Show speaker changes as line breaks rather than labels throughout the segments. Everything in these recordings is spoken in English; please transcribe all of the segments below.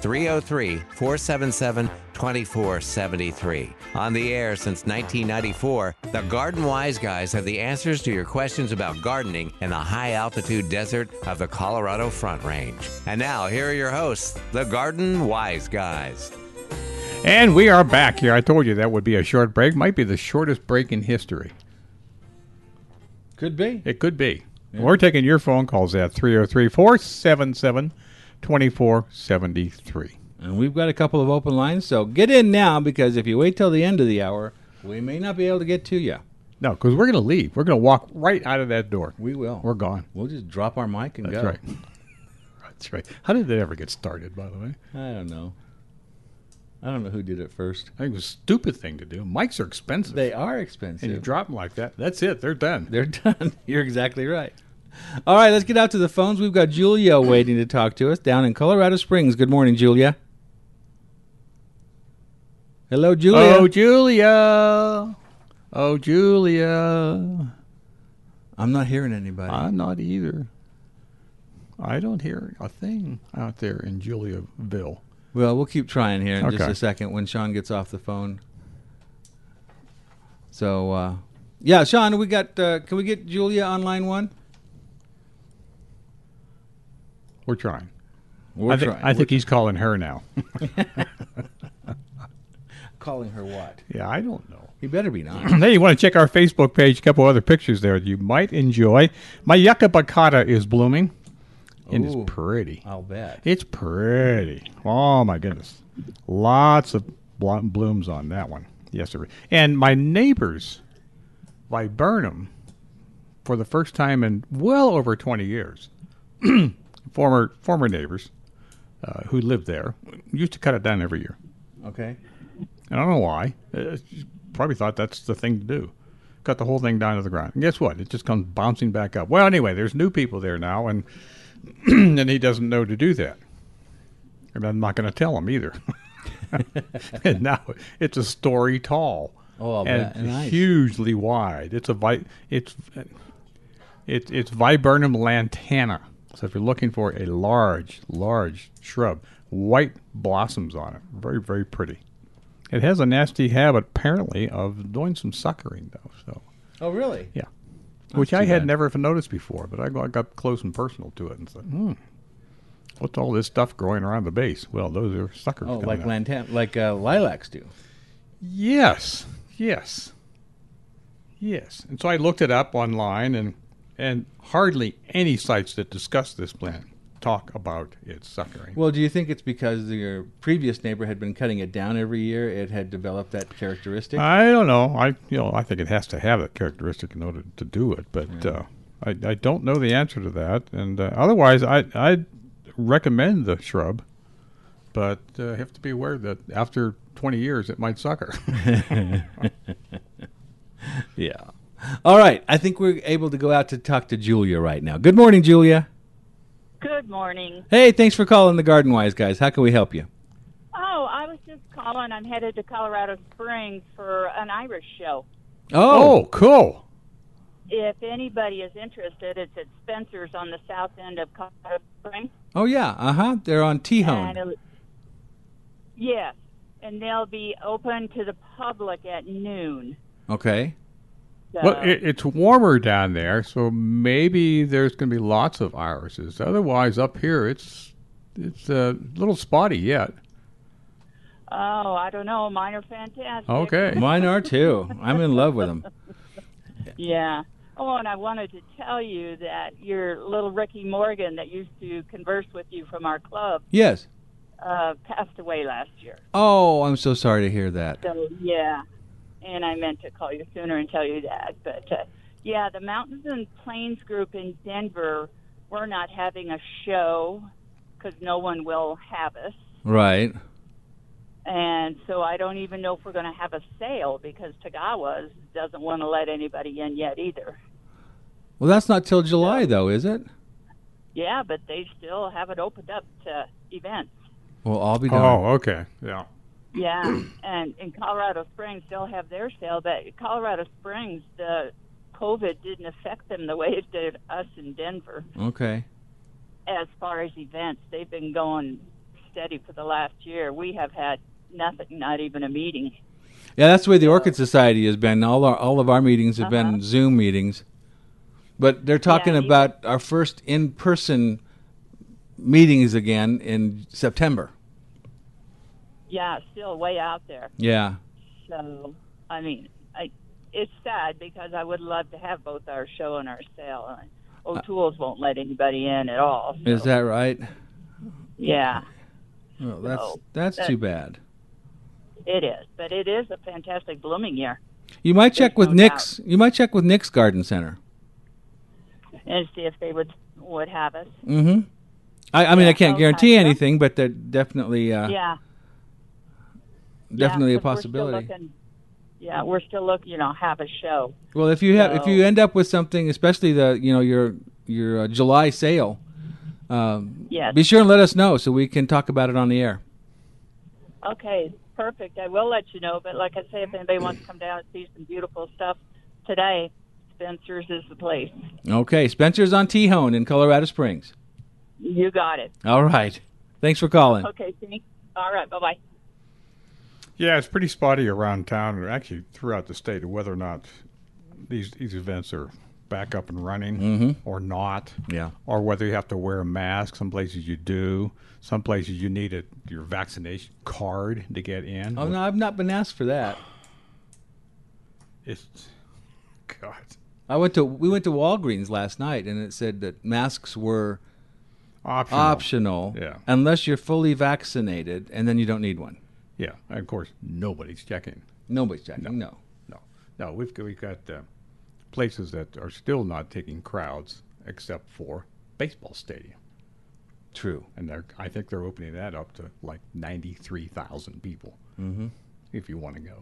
303 477 2473. On the air since 1994, the Garden Wise Guys have the answers to your questions about gardening in the high altitude desert of the Colorado Front Range. And now, here are your hosts, the Garden Wise Guys.
And we are back here. I told you that would be a short break. Might be the shortest break in history.
Could be.
It could be. We're taking your phone calls at 303 477 2473.
And we've got a couple of open lines, so get in now because if you wait till the end of the hour, we may not be able to get to you.
No, because we're going to leave. We're going to walk right out of that door.
We will.
We're gone.
We'll just drop our mic and
That's
go.
right. That's right. How did that ever get started, by the way?
I don't know. I don't know who did it first.
I think it was a stupid thing to do. Mics are expensive.
They are
and you
expensive.
drop them like that. That's it. They're done.
They're done. You're exactly right. All right, let's get out to the phones. We've got Julia waiting to talk to us down in Colorado Springs. Good morning, Julia. Hello, Julia.
Oh, Julia. Oh, Julia.
I'm not hearing anybody.
I'm not either. I don't hear a thing out there in Juliaville.
Well, we'll keep trying here in just
Okay.
a second when Sean gets off the phone. So, uh, yeah, Sean, we got. Uh, can we get Julia on line one?
We're trying.
We're
I think, I think he's calling her now.
calling her what?
yeah, I don't know.
He better be not.
hey, you want to check our Facebook page? A couple other pictures there that you might enjoy. My yucca bacata is blooming, and
Ooh.
it's pretty.
I'll bet.
It's pretty. Oh my goodness, lots of blo- blooms on that one. Yes, sir. And my neighbor's viburnum, for the first time in well over twenty years, former former neighbors uh, who lived there used to cut it down every year.
Okay.
And I don't know why. Uh, probably thought that's the thing to do. Cut the whole thing down to the ground. And guess what? It just comes bouncing back up. Well, anyway, there's new people there now, and and he doesn't know to do that. And I'm not going to tell him either. and now it's a story tall
Oh, I'll
and
bet. Nice.
hugely wide. It's a vi- it's it's it's viburnum lantana. So if you're looking for a large, large shrub, white blossoms on it, very very pretty. It has a nasty habit, apparently, of doing some suckering though. So,
Oh, really?
yeah, which I
too
had
bad.
never noticed before, but I got, got close and personal to it and said, "Hmm, what's all this stuff growing around the base?" Well, those are suckers.
Oh,
coming
like
out.
lantan, like uh, lilacs do.
Yes, yes, yes. And so I looked it up online, and and hardly any sites that discuss this plant talk about its suckering.
Well, do you think it's because your previous neighbor had been cutting it down every year? It had developed that characteristic.
I don't know. I you know I think it has to have that characteristic in order to do it, but uh, I I don't know the answer to that. And uh, otherwise, I I'd recommend the shrub, but uh, you have to be aware that after 20 years it might sucker.
yeah. All right. I think we're able to go out to talk to Julia right now. Good morning, Julia.
Good morning.
Hey, thanks for calling the Garden Wise guys. How can we help you?
Oh, I was just calling. I'm headed to Colorado Springs for an Irish show.
oh, cool.
If anybody is interested, it's at Spencer's on the south end of Colorado Springs.
oh yeah. Uh huh. They're on
And
T-Hone.
it'll- yes, and they'll be open to the public at noon.
Okay.
So,
Well, it, it's warmer down there, so maybe there's going to be lots of irises. Otherwise, up here it's it's uh, a little spotty yet.
oh, I don't know. Mine are fantastic.
Okay.
Mine are too. I'm in love with them.
Yeah. Oh, and I wanted to tell you that your little Ricky Morgan that used to converse with you from our club
Yes.
uh, passed away last year.
Oh, I'm so sorry to hear that.
So yeah, and I meant to call you sooner and tell you that, but uh, yeah, the Mountains and Plains group in Denver, we're not having a show because no one will have us,
Right.
And so I don't even know if we're going to have a sale because Tagawa's doesn't want to let anybody in yet either.
Well, that's not till July, though, is it?
Yeah, but they still haven't opened up to events.
Well, I'll be
Oh,
gone.
okay. Yeah.
Yeah, and in Colorado Springs, they'll have their sale, but Colorado Springs, the COVID didn't affect them the way it did us in Denver.
Okay.
As far as events, they've been going steady for the last year. We have had nothing, not even a meeting.
Yeah, that's the way the Orchid Society has been. All our all of our meetings have been Zoom meetings, but they're talking
Uh-huh. Yeah, me-
about our first in person meetings again in September.
Yeah, still way out there.
Yeah.
So, I mean, I, it's sad because I would love to have both our show and our sale. And O'Toole's won't let anybody in at all.
Is
so-
that right?
Yeah.
Well, that's
No.
that's
That-
too bad.
It is, but it is a fantastic blooming year.
You might check with
no
Nick's. You might check with Nick's Garden Center.
and see if they would would have us.
Mm-hmm. I, I mean, I
Yeah,
can't
okay,
guarantee
yeah.
anything, but they're definitely uh,
Yeah,
definitely
yeah,
a
'cause we're
possibility.
Still looking, yeah, we're still looking. You know, have a show.
Well, if you have, if
So-
you end up with something, especially the you know your your uh, July sale, um,
Yes.
be sure and let us know so we can talk about it on the air.
Okay, perfect. I will let you know. But like I say, if anybody wants to come down and see some beautiful stuff today, Spencer's is the place.
Okay, Spencer's on Tejon in Colorado Springs.
You got it.
All right, thanks for calling.
Okay, thanks. All right, bye bye.
Yeah, it's pretty spotty around town, and actually throughout the state, of whether or not these these events are back up and running or not,
Mm-hmm. Yeah,
or whether you have to wear a mask. Some places you do. Some places you need a, your vaccination card to get in.
oh no, I've not been asked for that.
It's God.
I went to we went to Walgreens last night and it said that masks were
Optional.
optional
Yeah.
unless you're fully vaccinated and then you don't need one.
Yeah, and of course nobody's checking.
Nobody's checking. No.
No, no, we've got- we've got uh, places that are still not taking crowds except for baseball stadium,
True.
and they're I think they're opening that up to like ninety three thousand people if you want to go.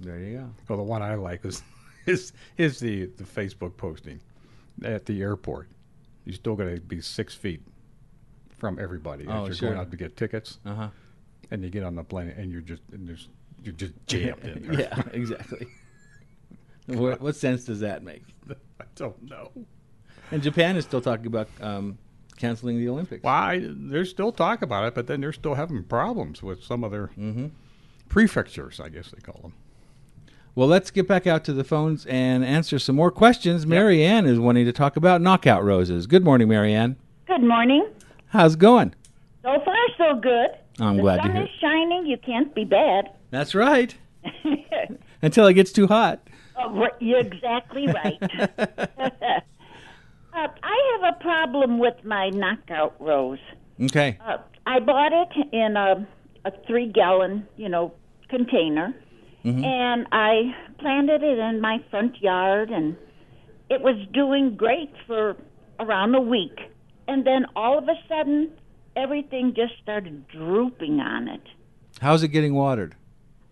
Mm-hmm. There you go.
Well, the one I like is is is the the Facebook posting at the airport. You're still going to be six feet from everybody
Oh,
if you're
sure.
going out to get tickets,
Uh huh.
and you get on the plane and you're just and there's you're just jammed in there.
Yeah, exactly. what, what sense does that make?
I don't know.
And Japan is still talking about um, canceling the Olympics.
Why there's still talk about it, but then they're still having problems with some of their
Mm-hmm.
prefectures, I guess they call them.
Well, let's get back out to the phones and answer some more questions. Mary Ann is wanting to talk about knockout roses. Good morning, Mary Ann.
Good morning.
How's it going?
So far, so good.
I'm
the
glad to
sun
hear
is
it.
shining. You can't be bad.
That's right. Until it gets too hot.
Oh, right, You're exactly right. uh, I have a problem with my knockout rose.
Okay.
Uh, I bought it in a, a three-gallon, you know, container, and I planted it in my front yard, and it was doing great for around a week. And then all of a sudden, everything just started drooping on it.
How's it getting watered?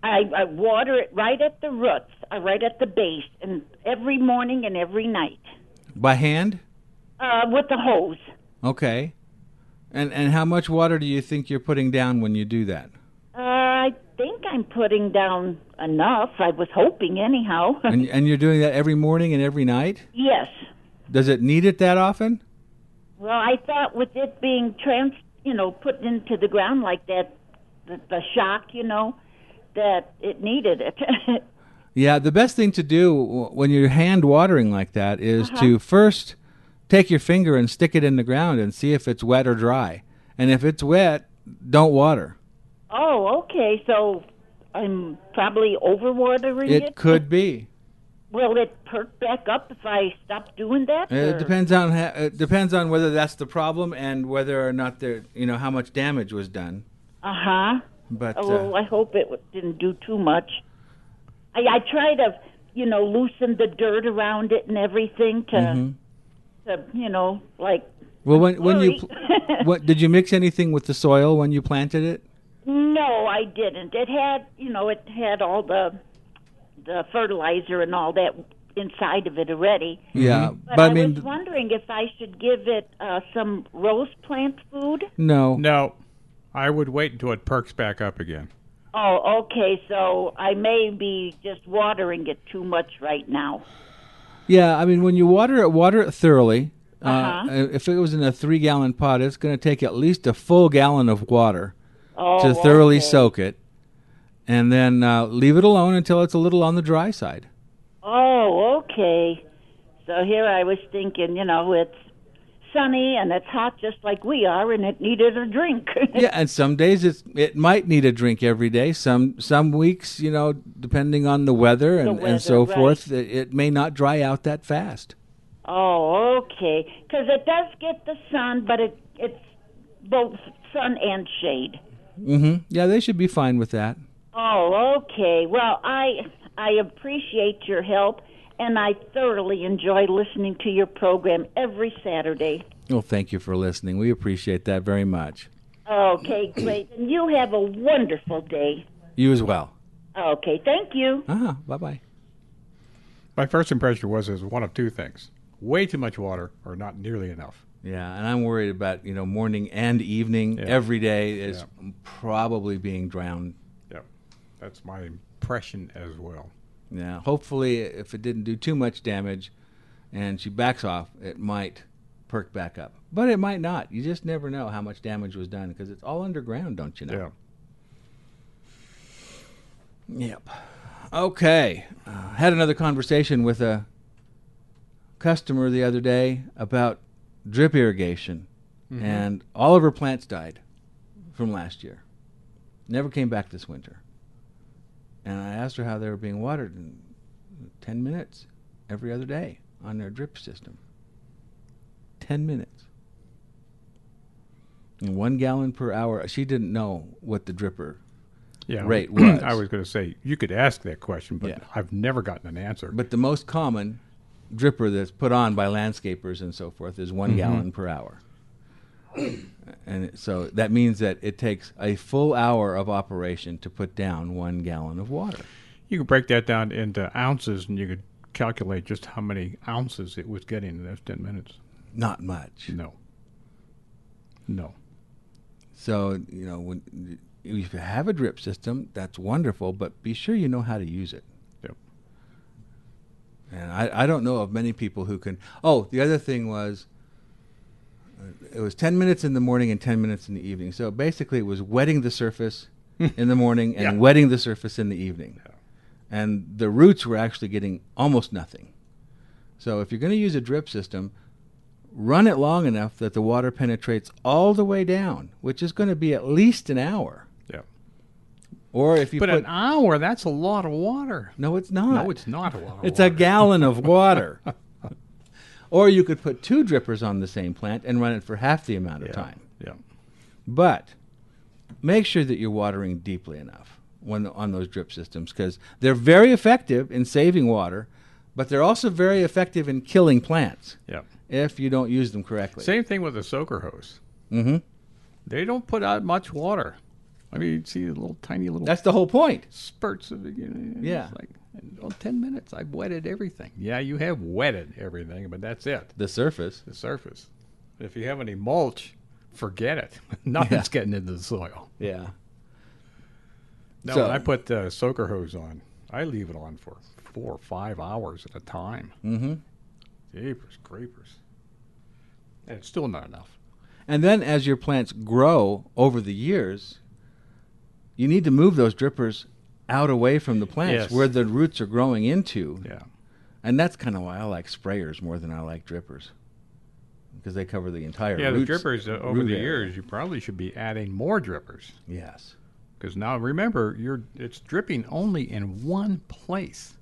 I, I water it right at the roots, uh, right at the base, and every morning and every night
By hand?
uh, with the hose.
Okay. And and how much water do you think you're putting down when you do that?
Uh, I think I'm putting down enough. I was hoping, anyhow.
And and you're doing that every morning and every night?
yes.
Does it need it that often?
Well, I thought with it being trans, you know, put into the ground like that, the, the shock, you know, that it needed it.
Yeah, the best thing to do w- when you're hand watering like that is
Uh-huh.
to first take your finger and stick it in the ground and see if it's wet or dry. And if it's wet, don't water.
oh, okay. So I'm probably overwatering it.
It could be.
Will it perk back up if I stop doing that?
It
or-
depends on ha- it depends on whether that's the problem and whether or not there you know how much damage was done.
Uh-huh.
But
Oh,
uh,
well, I hope it w- didn't do too much. I, I try to, you know, loosen the dirt around it and everything to, to you know, like,
well, Mm-hmm. when when you
Sorry.
pl- what did you mix anything with the soil when you planted it?
No, I didn't. It had, you know, it had all the the fertilizer and all that inside of it already.
Yeah,
But,
but I
I,
mean,
was wondering if I should give it uh, some rose plant food.
no,
No, I would wait until it perks back up again.
Oh, okay. So I may be just watering it too much right now.
Yeah, I mean, when you water it, water it thoroughly. uh
Uh-huh.
if it was in a three gallon pot, it's going to take at least a full gallon of water
Oh,
to thoroughly
okay.
soak it. And then uh, leave it alone until it's a little on the dry side.
Oh, okay. So here I was thinking, you know, it's sunny and it's hot just like we are, and it needed a drink.
Yeah, and some days it's, it might need a drink every day. Some some weeks, you know, depending on the weather and,
weather,
and so
right.
forth, it, it may not dry out that fast.
Oh, okay. 'Cause it does get the sun, but it it's both sun and shade.
hmm Yeah, they should be fine with that.
Oh, okay. Well, I I appreciate your help, and I thoroughly enjoy listening to your program every Saturday.
Well, thank you for listening. We appreciate that very much.
Okay, great. And you have a wonderful day.
You as well.
Okay, thank you.
Ah, bye bye.
My first impression was is one of two things: way too much water, or not nearly enough.
Yeah, and I'm worried about you know morning and evening every day is probably being drowned.
Yep, that's my impression as well.
Yeah, hopefully if it didn't do too much damage, and she backs off, it might perk back up, but it might not. You just never know how much damage was done because it's all underground, don't you know?
Yeah.
Yep. Okay. Uh, had another conversation with a customer the other day about drip irrigation, and all of her plants died from last year. Never came back this winter. And I asked her how they were being watered in 10 minutes every other day on their drip system. 10 minutes. And one gallon per hour. She didn't know what the dripper
Yeah,
Rate was.
I was going to say you could ask that question, but
Yeah.
I've never gotten an answer.
But the most common dripper that's put on by landscapers and so forth is
Mm-hmm.
one gallon per hour. And it- so that means that it takes a full hour of operation to put down one gallon of water.
you could break that down into ounces, and you could calculate just how many ounces it was getting in those ten minutes.
Not much.
No. No.
So, you know, when, if you have a drip system, that's wonderful, but be sure you know how to use it.
Yep.
And I, I don't know of many people who can. Oh, the other thing was uh, it was 10 minutes in the morning and 10 minutes in the evening. So basically, it was wetting the surface in the morning and
Yeah.
wetting the surface in the evening. And the roots were actually getting almost nothing. So if you're going to use a drip system, run it long enough that the water penetrates all the way down, which is going to be at least an hour.
Yep.
Or if you
But
put.
an hour, that's a lot of water.
no, it's not.
No, it's not a lot of
It's a
water.
gallon of water. or you could put two drippers on the same plant and run it for half the amount of
yeah.
time.
Yeah.
But make sure that you're watering deeply enough when on those drip systems because they're very effective in saving water, but they're also very effective in killing plants
Yeah.
if you don't use them correctly.
Same thing with a soaker hose.
Mhm.
They don't put out much water. I mean, you see the little tiny little
That's the whole point.
spurts of it. You know,
Yeah.
It's like, well, 10 minutes, I've wetted everything. Yeah, you have wetted everything, but that's it,
The surface.
the surface. If you have any mulch, forget it. Nothing's getting into the soil.
Yeah.
No,
So-
when I put the soaker hose on, I leave it on for four or five hours at a time. Mm-hmm. Jeepers, creepers. And it's still not enough.
And then as your plants grow over the years, you need to move those drippers out away from the plants
Yes.
where the roots are growing into.
Yeah.
And that's kind of why I like sprayers more than I like drippers. Because they cover the entire
Yeah, the
roots-
drippers uh, over
root
the
area.
years, you probably should be adding more drippers
Yes.
because now remember, you're it's dripping only in one place,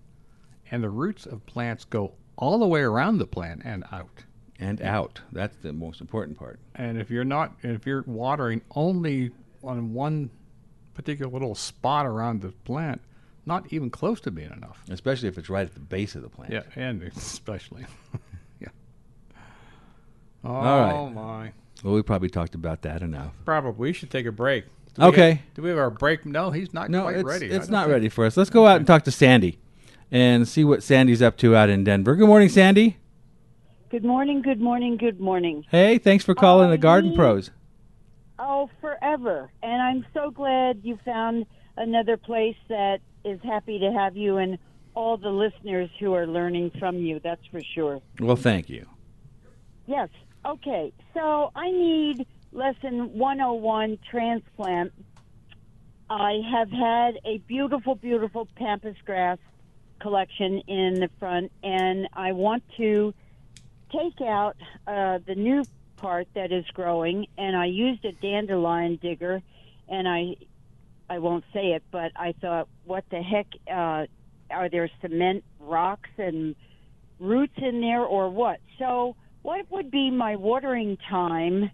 and the roots of plants go all the way around the plant and out.
And out. That's the most important part.
And if you're not, if you're watering only on one particular little spot around the plant, not even close to being enough.
Especially if it's right at the base of the plant.
Yeah, and especially, yeah. Oh
right.
my! oh,
Well, we probably talked about that enough.
Probably we should take a break. we
Okay.
have- do we have our break? No, he's not
No,
quite
it's,
ready. I
it's
don't
not
think-
ready for us. Let's go out and talk to Sandy and see what Sandy's up to out in Denver. Good morning, Sandy.
Good morning, good morning, good morning.
Hey, thanks for calling the Garden
Hi.
Pros.
Oh, forever. And I'm so glad you found another place that is happy to have you and all the listeners who are learning from you, that's for sure.
Well, thank you.
Yes. Okay. So I need lesson 101 transplant. I have had a beautiful, beautiful pampas grass collection in the front, and I want to take out uh, the new part that is growing. And I used a dandelion digger, and I I won't say it, but I thought, what the heck? Uh, are there cement rocks and roots in there or what? So, what would be my watering time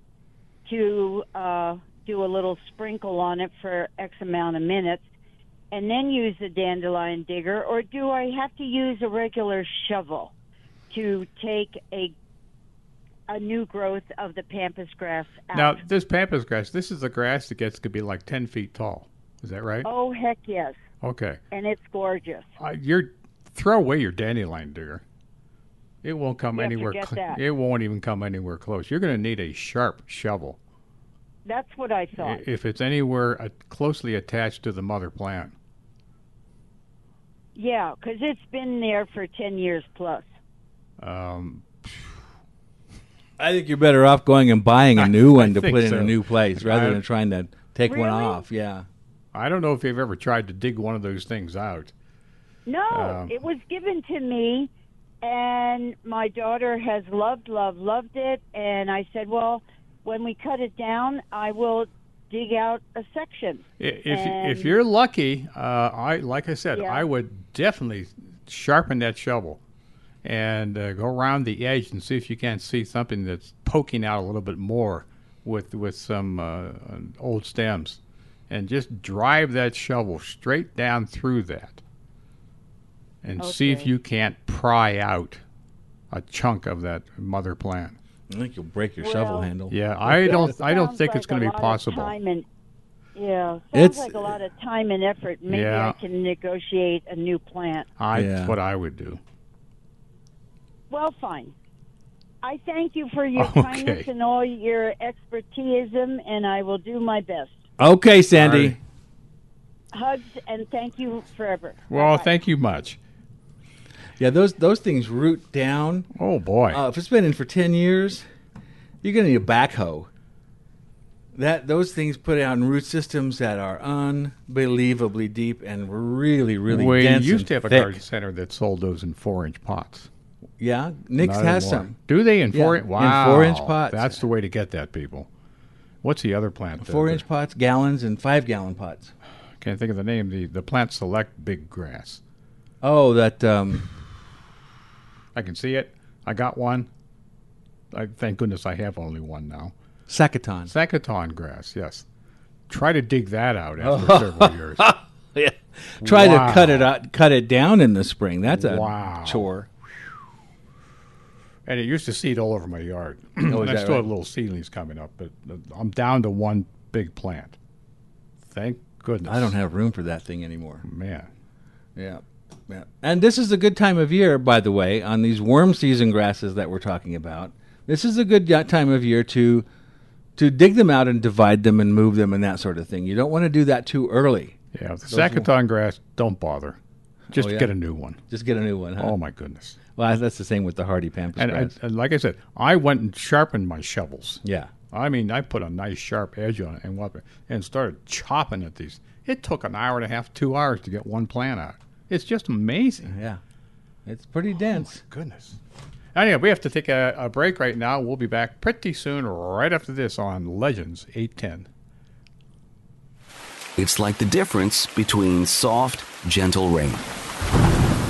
to uh, do a little sprinkle on it for X amount of minutes and then use the dandelion digger, or do I have to use a regular shovel to take a a new growth of the pampas grass out?
Now, this pampas grass, this is the grass that gets could be like 10 feet tall. Is that right?
oh, heck yes.
Okay.
And it's gorgeous.
Uh, you're, throw away your dandelion digger. It won't come
Yeah,
anywhere.
forget that.
it won't even come anywhere close. You're going to need a sharp shovel
That's what I
i-
thought.
if it's anywhere uh, closely attached to the mother plant.
Yeah, because it's been there for 10 years plus.
Um,
I think you're better off going and buying a new one to
think
put in
so.
a new place rather
I-
than trying to take one
Really?
off. Yeah.
I don't know if you've ever tried to dig one of those things out.
No,
Um,
it was given to me, and my daughter has loved, loved, loved it. And I said, well, when we cut it down, I will dig out a section.
I- If if
And-
you're lucky, uh, I like I said,
Yeah.
I would definitely sharpen that shovel and uh, go around the edge and see if you can't see something that's poking out a little bit more with with some uh, old stems, and just drive that shovel straight down through that, and see if
Okay.
you can't pry out a chunk of that mother plant.
I think you'll break your
Well-
shovel handle.
Yeah, I don't I don't
Sounds
think
like
it's
a
going to
lot
be
of
possible.
time and- yeah, sounds
It's-
like a lot of time and effort. Maybe
Yeah.
I can negotiate a new plant.
I,
Yeah.
That's what I would do.
Well, fine. I thank you for your
Okay.
kindness and all your expertism, and I will do my best.
Okay, Sandy.
Alrighty.
Hugs and thank you forever.
Well,
Bye-bye.
thank you much.
Yeah, those those things root down.
Oh boy.
Uh, if it's been in for ten years, you're gonna need a backhoe. That those things put out in root systems that are unbelievably deep and really, really
we
dense.
used
and
to have a
thick.
garden center that sold those in four-inch pots.
Yeah, Nick's
Not
has
anymore.
some.
Do they in
Yeah,
four?
in
inch Wow,
four-inch pots.
That's the way to get that, people. What's the other plant? that-
Four-inch pots, gallons, and five-gallon pots.
Can't think of the name. The the plant select big grass.
Oh, that um,
I can see it. I got one. I, thank goodness I have only one now.
sacaton.
Zacaton grass. Yes. Try to dig that out after several years.
Yeah. Try
Wow.
to cut it out, cut it down in the spring. That's a
Wow.
chore.
And it used to seed all over my yard.
Oh, is
and I
that
still
right?
have little seedlings coming up, but uh, I'm down to one big plant. Thank goodness.
I don't have room for that thing anymore.
Man.
Yeah. Yeah. And this is a good time of year, by the way, on these worm season grasses that we're talking about. This is a good y- time of year to to dig them out and divide them and move them and that sort of thing. You don't want to do that too early.
Yeah, the Sacaton grass, don't bother. Just
Oh, yeah.
get a new one.
Just get a new one. Huh?
Oh, my goodness.
Well, that's the same with the hardy pampas
And, oh I,
grass.
and like I said, I went and sharpened my shovels.
yeah.
I mean, I put a nice sharp edge on it and what, and started chopping at these. It took an hour and a half, two hours to get one plant out. It's just amazing.
Yeah. It's pretty dense.
Goodness. Anyway, we have to take a, a break right now. We'll be back pretty soon, right after this on Legends 810.
It's like the difference between soft, gentle rain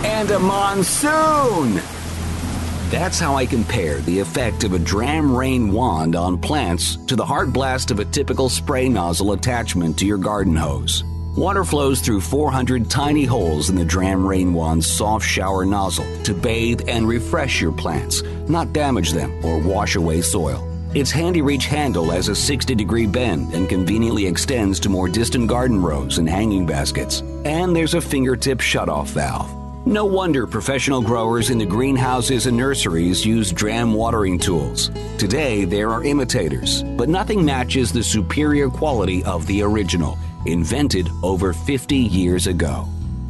and a monsoon. That's how I compare the effect of a dram rain wand on plants to the hard blast of a typical spray nozzle attachment to your garden hose. Water flows through 400 tiny holes in the dram rain wand's soft shower nozzle to bathe and refresh your plants, not damage them or wash away soil. Its handy reach handle has a 60 degree bend and conveniently extends to more distant garden rows and hanging baskets. And there's a fingertip shutoff valve. No wonder professional growers in the greenhouses and nurseries use dram watering tools. Today, there are imitators, but nothing matches the superior quality of the original, invented over 50 years ago.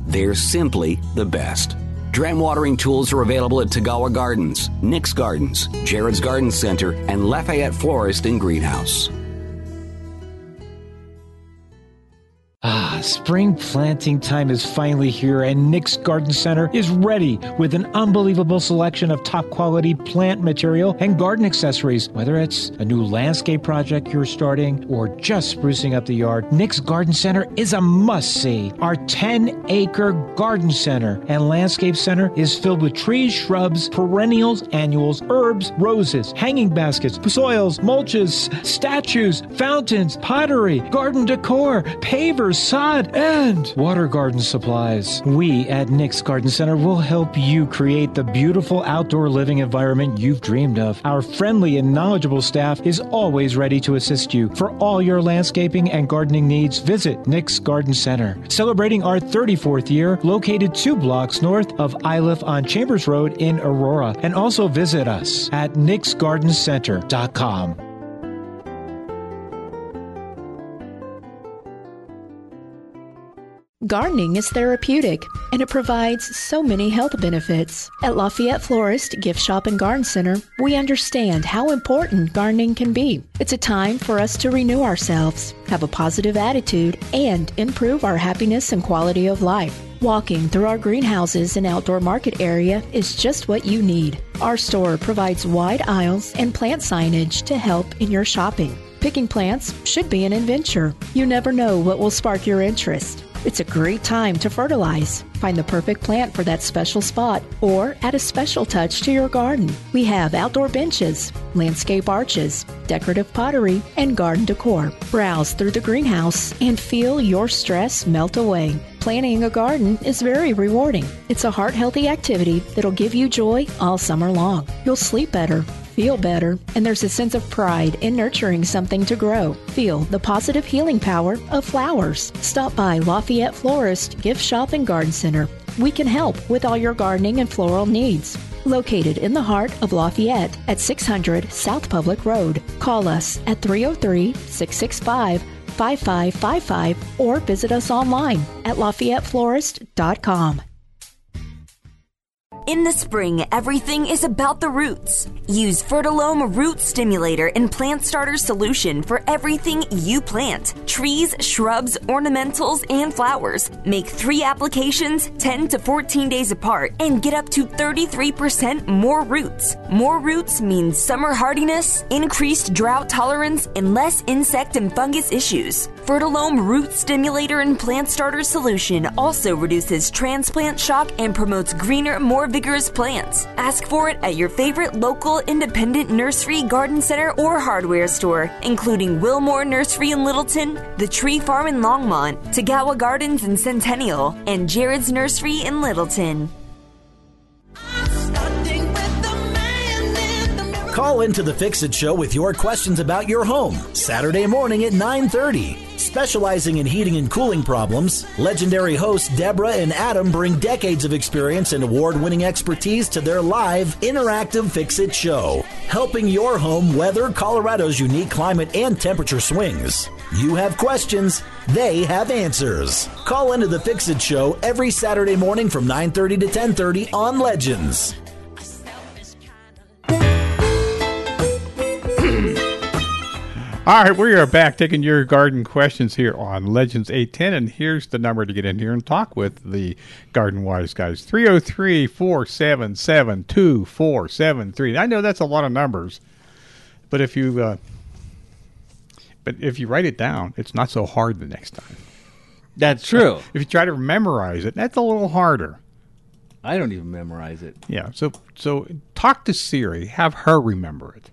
They're simply the best. Dram watering tools are available at Tagawa Gardens, Nick's Gardens, Jared's Garden Center, and Lafayette Florist and Greenhouse.
Ah, spring planting time is finally here, and Nick's Garden Center is ready with an unbelievable selection of top quality plant material and garden accessories. Whether it's a new landscape project you're starting or just sprucing up the yard, Nick's Garden Center is a must see. Our 10 acre garden center and landscape center is filled with trees, shrubs, perennials, annuals, herbs, roses, hanging baskets, soils, mulches, statues, fountains, pottery, garden decor, pavers, sod, and water garden supplies. We at Nick's Garden Center will help you create the beautiful outdoor living environment you've dreamed of. Our friendly and knowledgeable staff is always ready to assist you. For all your landscaping and gardening needs, visit Nick's Garden Center. Celebrating our 34th year, located two blocks north of Iliff on Chambers Road in Aurora. And also visit us at nicksgardencenter.com.
Gardening is therapeutic and it provides so many health benefits. At Lafayette Florist, Gift Shop, and Garden Center, we understand how important gardening can be. It's a time for us to renew ourselves, have a positive attitude, and improve our happiness and quality of life. Walking through our greenhouses and outdoor market area is just what you need. Our store provides wide aisles and plant signage to help in your shopping. Picking plants should be an adventure. You never know what will spark your interest. It's a great time to fertilize. Find the perfect plant for that special spot or add a special touch to your garden. We have outdoor benches, landscape arches, decorative pottery, and garden decor. Browse through the greenhouse and feel your stress melt away. Planting a garden is very rewarding. It's a heart healthy activity that'll give you joy all summer long. You'll sleep better feel better, and there's a sense of pride in nurturing something to grow. Feel the positive healing power of flowers. Stop by Lafayette Florist, Gift Shop, and Garden Center. We can help with all your gardening and floral needs. Located in the heart of Lafayette at 600 South Public Road. Call us at 303 665 5555 or visit us online at lafayetteflorist.com.
In the spring, everything is about the roots. Use Fertilome Root Stimulator and Plant Starter Solution for everything you plant trees, shrubs, ornamentals, and flowers. Make three applications 10 to 14 days apart and get up to 33% more roots. More roots means summer hardiness, increased drought tolerance, and less insect and fungus issues. Fertilome Root Stimulator and Plant Starter Solution also reduces transplant shock and promotes greener, more vigorous plants. Ask for it at your favorite local independent nursery, garden center, or hardware store, including Wilmore Nursery in Littleton, The Tree Farm in Longmont, Tagawa Gardens in Centennial, and Jared's Nursery in Littleton.
Call into the Fix It Show with your questions about your home Saturday morning at 9:30. Specializing in heating and cooling problems, legendary hosts Deborah and Adam bring decades of experience and award-winning expertise to their live interactive Fix It Show, helping your home weather Colorado's unique climate and temperature swings. You have questions, they have answers. Call into the Fix It Show every Saturday morning from 9:30 to 10:30 on Legends.
All right, we are back taking your garden questions here on Legends 810. And here's the number to get in here and talk with the Garden Wise guys 303 477 2473. I know that's a lot of numbers, but if you. Uh, but if you write it down, it's not so hard the next time.
That's true.
If you try to memorize it, that's a little harder.
I don't even memorize it.
Yeah. So so talk to Siri, have her remember it.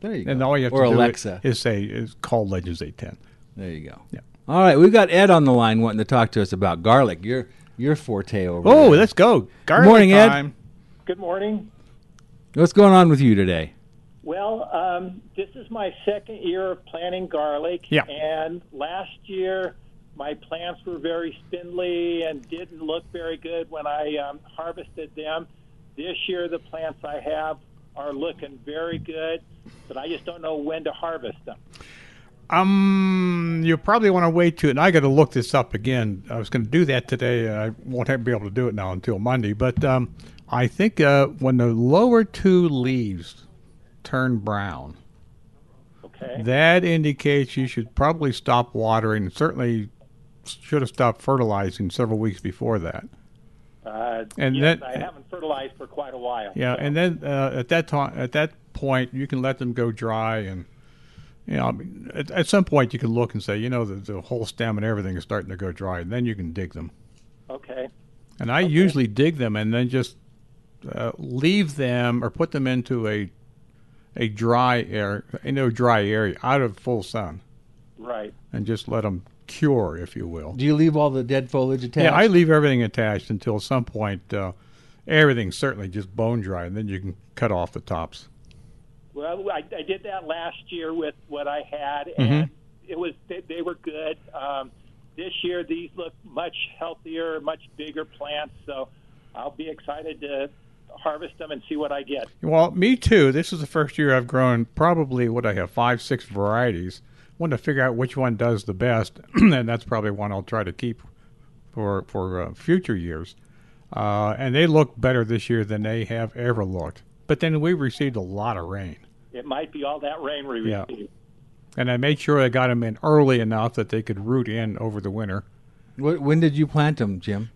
There you go.
And all you have
or
to
Alexa.
do is say is call Legends 810.
There you go.
Yeah.
All right, we've got Ed on the line wanting to talk to us about garlic. Your your forte over.
Oh,
there.
let's go. Garlic
morning, Ed.
time.
Good morning.
what's going on with you today?
Well, um, this is my second year of planting garlic.
Yeah.
And last year, my plants were very spindly and didn't look very good when I um, harvested them. This year, the plants I have are looking very good, but I just don't know when to harvest them.
Um, you probably want to wait to, and I got to look this up again. I was going to do that today. I won't have- be able to do it now until Monday. But um, I think uh, when the lower two leaves turn brown,
okay,
that indicates you should probably stop watering. And certainly, should have stopped fertilizing several weeks before that.
Uh,
And
yes,
that-
I haven't fertilized for quite a while.
Yeah, and then uh, at that time, at that point, you can let them go dry, and you know, I mean, at, at some point, you can look and say, you know, the, the whole stem and everything is starting to go dry, and then you can dig them.
Okay.
And I usually dig them and then just uh, leave them or put them into a a dry air into a dry area out of full sun,
Right.
and just let them cure, if you will.
Do you leave all the dead foliage attached?
Yeah, I leave everything attached until some point. Uh, everything's certainly just bone dry, and then you can cut off the tops.
Well, I, I did that last year with what I had,
Mhm.
and it was they, they were good. Um, this year, these look much healthier, much bigger plants. So, I'll be excited to harvest them and see what I get.
Well, me too. This is the first year I've grown probably what I have five, six varieties. Want to figure out which one does the best, and that's probably one I'll try to keep for for uh, future years. Uh, and they look better this year than they have ever looked. But then we received a lot of rain,
It might be all that rain we
Yeah.
received.
and I made sure I got them in early enough that they could root in over the winter.
Wh- When did you plant them, Jim?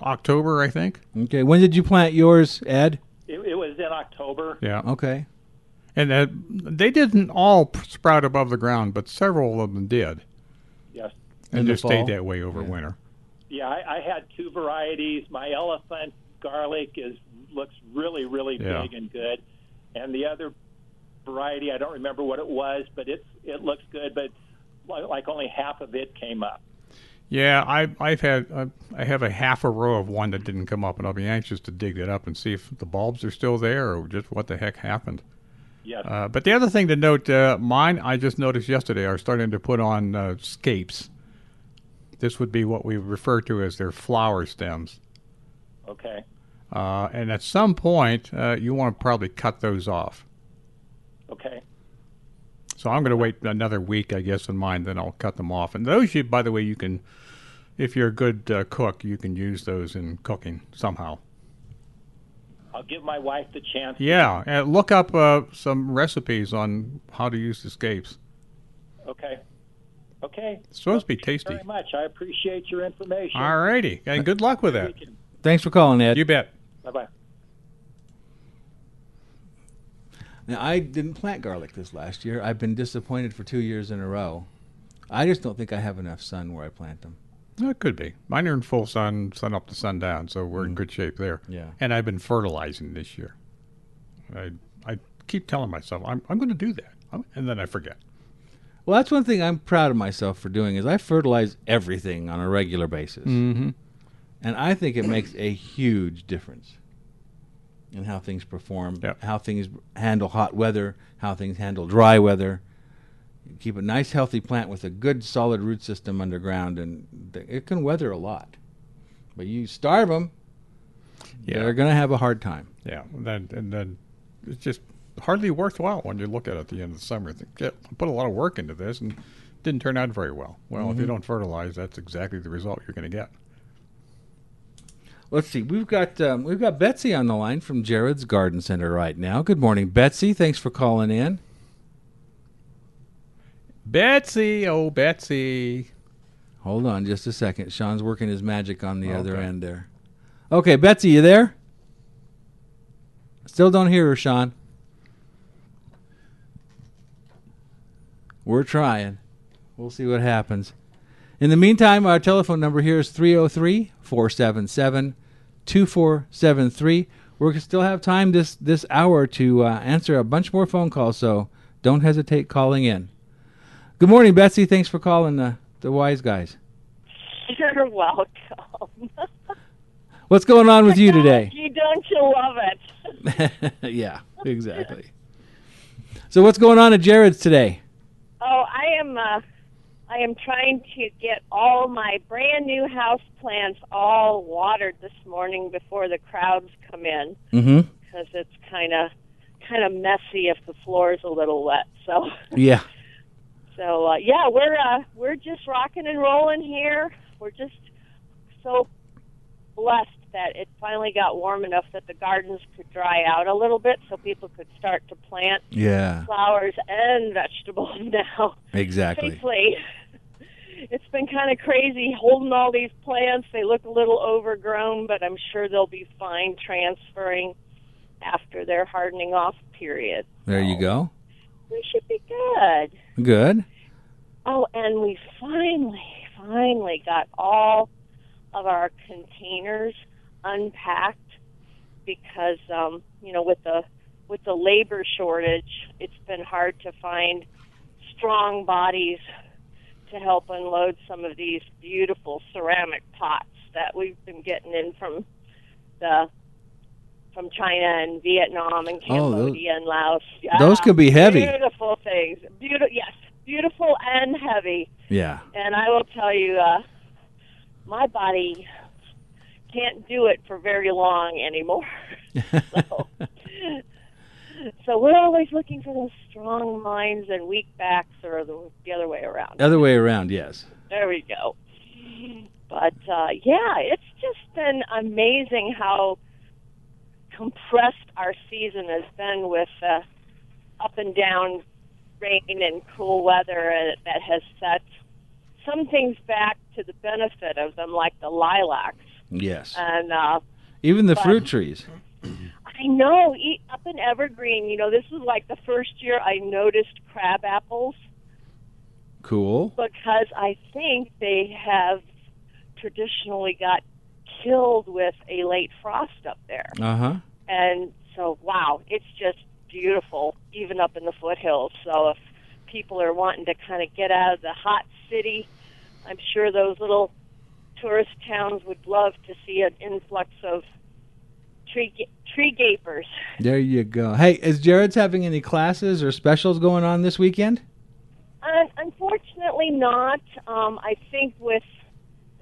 October, I think.
Okay. When did you plant yours, Ed?
It, it was in October.
Yeah.
Okay.
And uh, they didn't all p- sprout above the ground, but several of them did,
Yes.
and
In the
just stayed
fall?
that way over winter.
Yeah, I, I had two varieties. My elephant garlic is looks really, really
Yeah.
big and good, and the other variety I don't remember what it was, but it's it looks good, but li- like only half of it came up.
Yeah, I, I've had I, I have a half a row of one that didn't come up, and I'll be anxious to dig that up and see if the bulbs are still there or just what the heck happened.
Yes.
Uh, but the other thing to note, uh, mine I just noticed yesterday are starting to put on uh, scapes. This would be what we refer to as their flower stems,
Okay.
uh, and at some point uh, you want to probably cut those off.
Okay.
So I'm going to wait another week, I guess, on mine. Then I'll cut them off. And those, you, by the way, you can, if you're a good uh, cook, you can use those in cooking somehow.
I'll give my wife the chance.
Yeah, and look up uh, some recipes on how to use the scapes.
Okay. Okay.
It's supposed to be
Thank you
tasty.
very much. I appreciate your information.
All righty, and good luck with that.
Thanks for calling, Ed.
You bet.
Bye bye.
Now, I didn't plant garlic this last year. I've been disappointed for two years in a row. I just don't think I have enough sun where I plant them.
No, It could be. Mine are in full sun, sun up to sundown, so we're in good shape there.
Yeah.
And I've been fertilizing this year. I I keep telling myself I'm I'm going to do that, I'm, and then I forget.
Well, that's one thing I'm proud of myself for doing is I fertilize everything on a regular basis,
Mhm.
and I think it makes a huge difference in how things perform, how things handle hot weather, how things handle dry weather. You keep a nice, healthy plant with a good, solid root system underground, and th- it can weather a lot. But you starve them, they're going to have a hard time.
Yeah, and then and then it's just hardly worthwhile when you look at it at the end of the summer. Think, yeah, I put a lot of work into this and didn't turn out very well. Well, if you
Mm-hmm.
Mhm.
don't fertilize, that's exactly the result you're going to get.
Let's see. We've got um, we've got Betsy on the line from Jared's Garden Center right now. Good morning, Betsy. Thanks for calling in.
Betsy, oh Betsy.
Hold on just a second. Sean's working his magic on the other
Okay.
end there. Okay, Betsy, you there? Still don't hear her, Sean. We're trying. We'll see what happens. In the meantime, our telephone number here is 303 477 2473. We're gonna still have time this, this hour to uh, answer a bunch more phone calls, so don't hesitate calling in. Good morning, Betsy. Thanks for calling the, the wise guys.
You're welcome.
What's going on with you today?
You don't you love it?
yeah, exactly. So what's going on at Jared's today?
Oh, I am. Uh, I am trying to get all my brand new house plants all watered this morning before the crowds come in
Mm-hmm.
because it's kind of kind of messy if the floor is a little wet. So,
Yeah.
so uh, yeah, we're uh, we're just rocking and rolling here. We're just so blessed that it finally got warm enough that the gardens could dry out a little bit, so people could start to plant
Yeah.
flowers and vegetables now.
Exactly.
Safely. It's been kind of crazy holding all these plants. They look a little overgrown, but I'm sure they'll be fine transferring after their hardening off period.
There you go.
We should be good.
Good.
Oh, and we finally, finally got all of our containers unpacked because, um, you know, with the with the labor shortage, it's been hard to find strong bodies to help unload some of these beautiful ceramic pots that we've been getting in from the from China and Vietnam and
Oh, those-
Cambodia and Laos.
those could be heavy.
Beautiful things. Beautiful, yes, beautiful and heavy.
Yeah.
And I will tell you, uh, my body can't do it for very long anymore. so, so we're always looking for those strong minds and weak backs, or the, the other way around.
Other way around, yes.
There we go. But uh, yeah, it's just been amazing how compressed our season has been with uh, up and down rain and cool weather and that has set some things back to the benefit of them, like the lilacs.
Yes.
And uh,
Even the
but-
fruit trees.
I know e- up in Evergreen, you know, this was like the first year I noticed crab apples
Cool.
because I think they have traditionally got killed with a late frost up there.
Uh huh.
And so, wow, it's just beautiful, even up in the foothills. So, if people are wanting to kind of get out of the hot city, I'm sure those little tourist towns would love to see an influx of tree ga- tree gapers.
There you go. Hey, is Jared's having any classes or specials going on this weekend?
Un unfortunately, not. Um, I think with,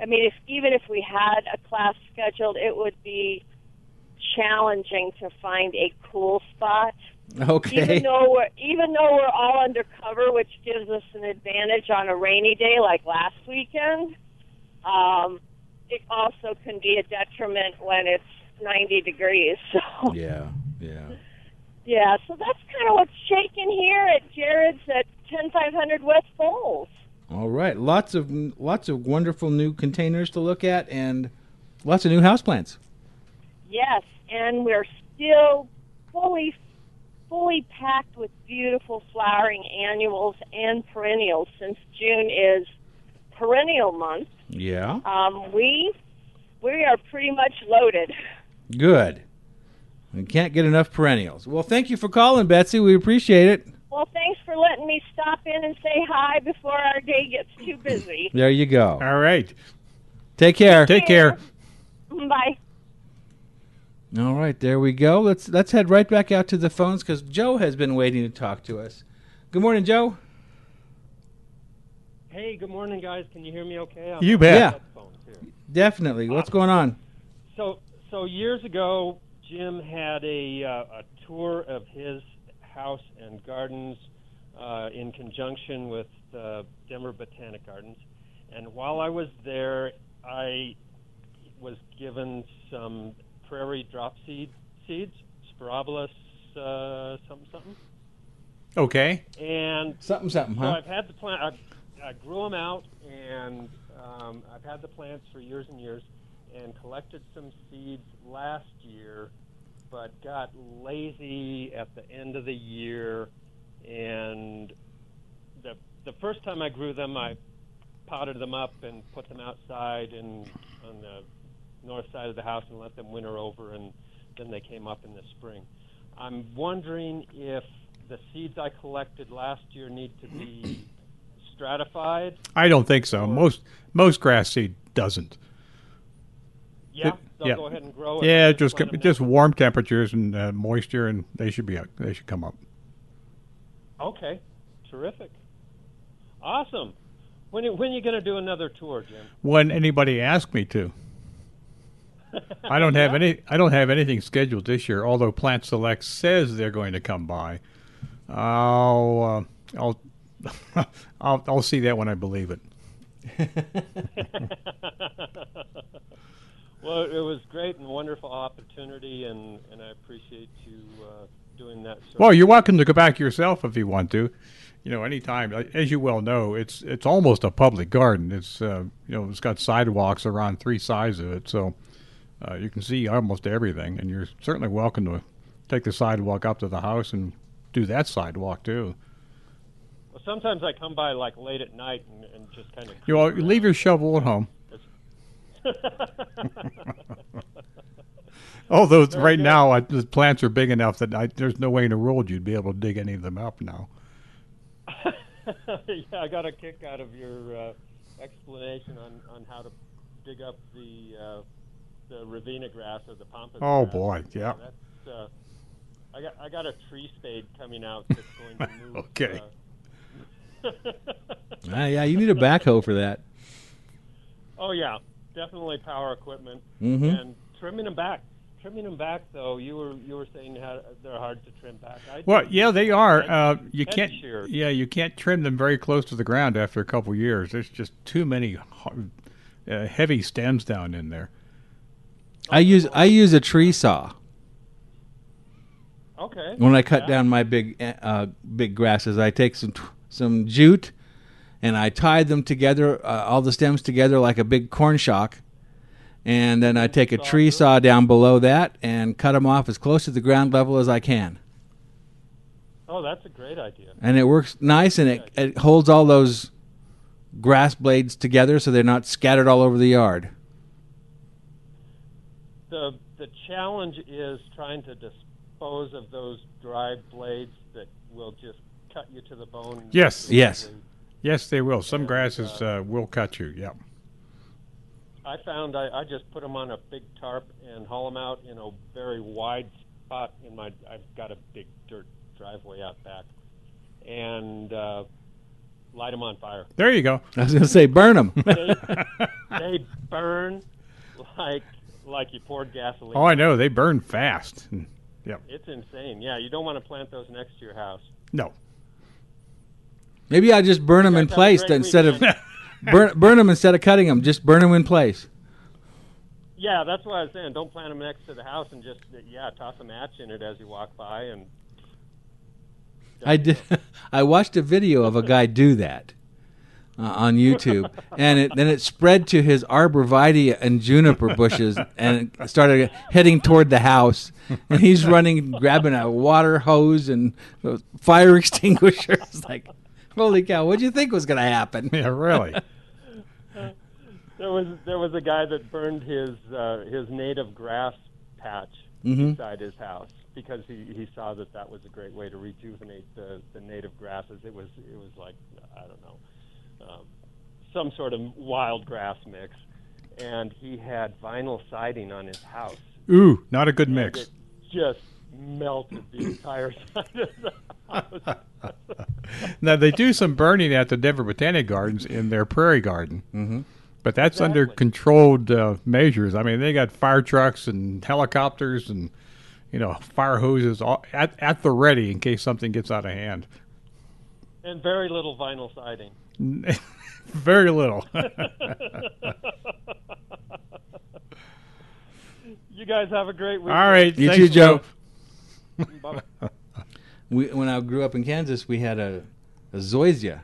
I mean, if even if we had a class scheduled, it would be challenging to find a cool spot. Even though we're even though we're all undercover, which gives us an advantage on a rainy day like last weekend, um, it also can be a detriment when it's 90 degrees. So
Yeah. Yeah.
yeah, so that's kind of what's shaking here at Jared's at 10500 West Bowles.
All right. Lots of lots of wonderful new containers to look at and lots of new houseplants.
Yes, and we're still fully, fully packed with beautiful flowering annuals and perennials since June is perennial month.
Yeah.
Um, we we are pretty much loaded.
Good. We can't get enough perennials. Well, thank you for calling, Betsy. We appreciate it.
Well, thanks for letting me stop in and say hi before our day gets too busy.
There you go.
All right.
Take care. Take
care.
Bye.
All right, there we go. Let's let's head right back out to the phones because Joe has been waiting to talk to us. Good morning, Joe.
Hey, good morning, guys. Can you hear me okay? I'm
You
on
bet.
my
Yeah.
headphones here.
Definitely. What's going on?
So, so years ago, Jim had a, uh, a tour of his house and gardens uh, in conjunction with uh, Denver Botanic Gardens, and while I was there, I was given some prairie drop seed seeds, Spirabilis uh, something something.
Okay.
And
Something, something, huh?
So I've had the plant. I, I grew them out, and um, I've had the plants for years and years, and collected some seeds last year, but got lazy at the end of the year, and the the first time I grew them, I potted them up and put them outside and on the north side of the house and let them winter over, and then they came up in the spring. I'm wondering if the seeds I collected last year need to be stratified.
I don't think so. Most most grass seed doesn't.
Yeah.
It-
they'll go ahead and grow. it.
Yeah,
I'll
just
plant 'em
just warm temperatures and uh, moisture, and they should be out. They should come up.
Okay, terrific, awesome. When are- when are you going to do another tour, Jim?
When anybody asks me to, I don't have any. I don't have anything scheduled this year. Although Plant Select says they're going to come by, I'll uh, I'll, I'll I'll see that when I believe it.
well, it was great and wonderful opportunity, and and I appreciate you uh, doing that. service.
Well, you're welcome to go back yourself if you want to. You know, anytime. uh, As you well know, it's it's almost a public garden. It's uh, you know, it's got sidewalks around three sides of it, so uh, you can see almost everything. And you're certainly welcome to take the sidewalk up to the house and do that sidewalk too.
Well, sometimes I come by like late at night and, and just kind of.
You know, leave your shovel at home. Although it's-
Very
right
good.
now I, the plants are big enough that I, there's no way in the world you'd be able to dig any of them up now.
yeah, I got a kick out of your uh, explanation on, on how to dig up the uh, the Ravina grass or the pampas.
Oh,
grass.
boy, yeah.
That's, uh, I got I got a tree spade coming out that's going to move.
Okay.
uh,
Ah, yeah, you need a backhoe for that.
oh yeah, definitely power equipment
Mhm.
and trimming them back. Trimming them back though, you were you were saying how they're hard to trim back. I
Well, yeah, they are. Uh, you
Head
can't.
shears.
Yeah, you can't trim them very close to the ground after a couple of years. There's just too many hard, uh, heavy stems down in there.
I use I use a tree saw
Okay.
when I cut down my big uh, uh, big grasses. I take some tw- some jute and I tie them together, uh, all the stems together like a big corn shock. And then I take a tree saw down below that and cut them off as close to the ground level as I can.
Oh, that's a great idea.
and it works nice and it, it holds all those grass blades together so they're not scattered all over the yard
the the challenge is trying to dispose of those drive blades that will just cut you to the bone.
Yes.
Yes.
Yes, they will. Some grasses uh, will cut you. Yeah.
I found I, I just put them on a big tarp and haul them out in a very wide spot in my. I've got a big dirt driveway out back, and uh, light them on fire.
There you go.
I was gonna say, burn 'em.
they, they burn like like you poured gasoline.
Oh, I know. They burn fast. Mm, Yep.
It's insane. Yeah, you don't want to plant those next to your house.
No.
maybe i just burn them in
guys have a
place
great
instead of
weekend.
burn, burn them instead of cutting them just burn them in place
Yeah, that's what I was saying. Don't plant them next to the house and just yeah, toss a match in it as you walk by and
i did i watched a video of a guy do that uh, on youtube and it, then it spread to his arborvitae and juniper bushes and it started heading toward the house and he's running grabbing a water hose and uh, fire extinguisher it's like Holy cow! What'd you think was going to happen?
Yeah, really.
there was there was a guy that burned his uh, his native grass patch
Mhm.
beside his house because he, he saw that that was a great way to rejuvenate the, the native grasses. It was it was like I don't know um, some sort of wild grass mix, and he had vinyl siding on his house.
Ooh, not a good
and
mix.
It just melted the entire side of the house.
Now they do some burning at the Denver Botanic Gardens in their prairie garden, mm-hmm. but that's under controlled uh, measures. I mean, they got fire trucks and helicopters and you know fire hoses all at at the ready in case something gets out of hand.
and very little vinyl siding.
Very little.
you guys have a great week.
All right,
You
thanks,
too, Joe.
Bye.
We, when I grew up in Kansas, we had a, a zoysia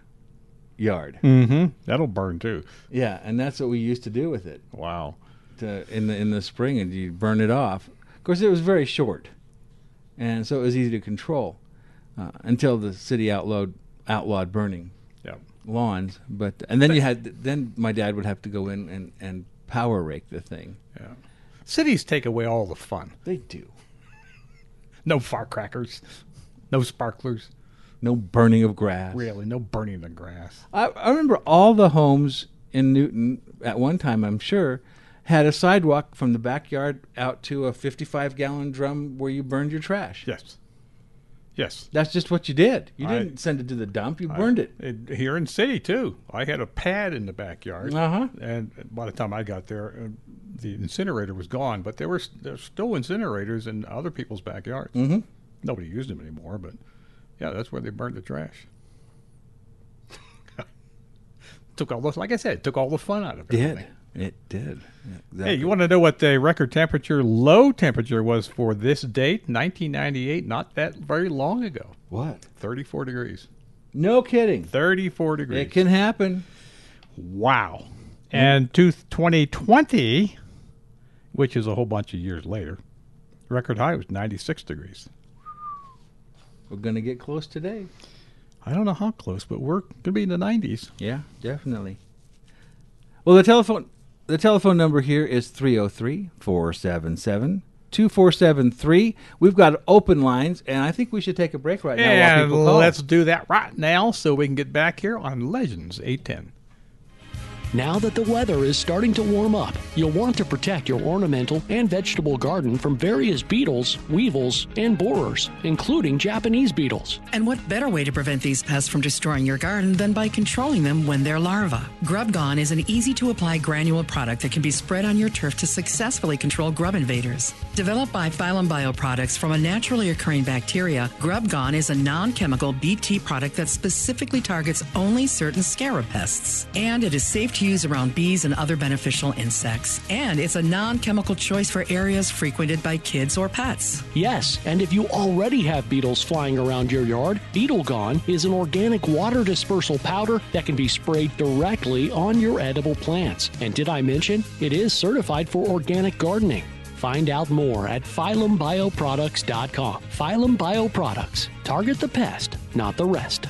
yard.
mm-hmm. That'll burn too.
Yeah, and that's what we used to do with it.
Wow.
To, in the in the spring, and you burn it off. Of course, it was very short, and so it was easy to control uh, until the city outlawed outlawed burning
Yep.
lawns. But and then you had then my dad would have to go in and, and power rake the thing.
Yeah. Cities take away all the fun.
They do
No firecrackers, no sparklers,
no burning of grass.
really, no burning the grass.
I, I remember all the homes in Newton at one time, I'm sure, had a sidewalk from the backyard out to a 55 gallon drum where you burned your trash.
Yes. Yes.
That's just what you did. You
I-
didn't send it to the dump, you burned it.
Here in city too. I had a pad in the backyard,
Uh-huh.
and by the time I got there, uh, the incinerator was gone. But there were there's still incinerators in other people's backyards.
Mm-hmm.
Nobody used them anymore, but yeah, that's where they burned the trash. took all the like I said, took all the fun out of it.
Did. It did.
Hey, you want to know what the record temperature, low temperature was for this date, 1998, not that very long ago?
What?
34 degrees.
No kidding.
34 degrees.
It can happen.
Wow. And to 2020, which is a whole bunch of years later, record high was 96 degrees.
We're going to get close today.
I don't know how close, but we're going to be in the 90s.
Yeah, definitely. Well, the telephone the telephone number here is 303-477-2473. We've got open lines and I think we should take a break right now while
And
people call.
let's do that right now so we can get back here on Legends 810.
Now that the weather is starting to warm up, you'll want to protect your ornamental and vegetable garden from various beetles, weevils, and borers, including Japanese beetles.
And what better way to prevent these pests from destroying your garden than by controlling them when they're larvae? Grub Gone is an easy to apply granule product that can be spread on your turf to successfully control grub invaders. Developed by Phylum Bioproducts from a naturally occurring bacteria, Grub Gone is a non chemical BT product that specifically targets only certain scarab pests. And it is safe to use around bees and other beneficial insects. And it's a non chemical choice for areas frequented by kids or pets.
Yes, and if you already have beetles flying around your yard, Beetle Gone is an organic water dispersal powder that can be sprayed directly on your edible plants. And did I mention it is certified for organic gardening? Find out more at phyllumbioproducts.com. Phylum Bioproducts. Target the pest, not the rest.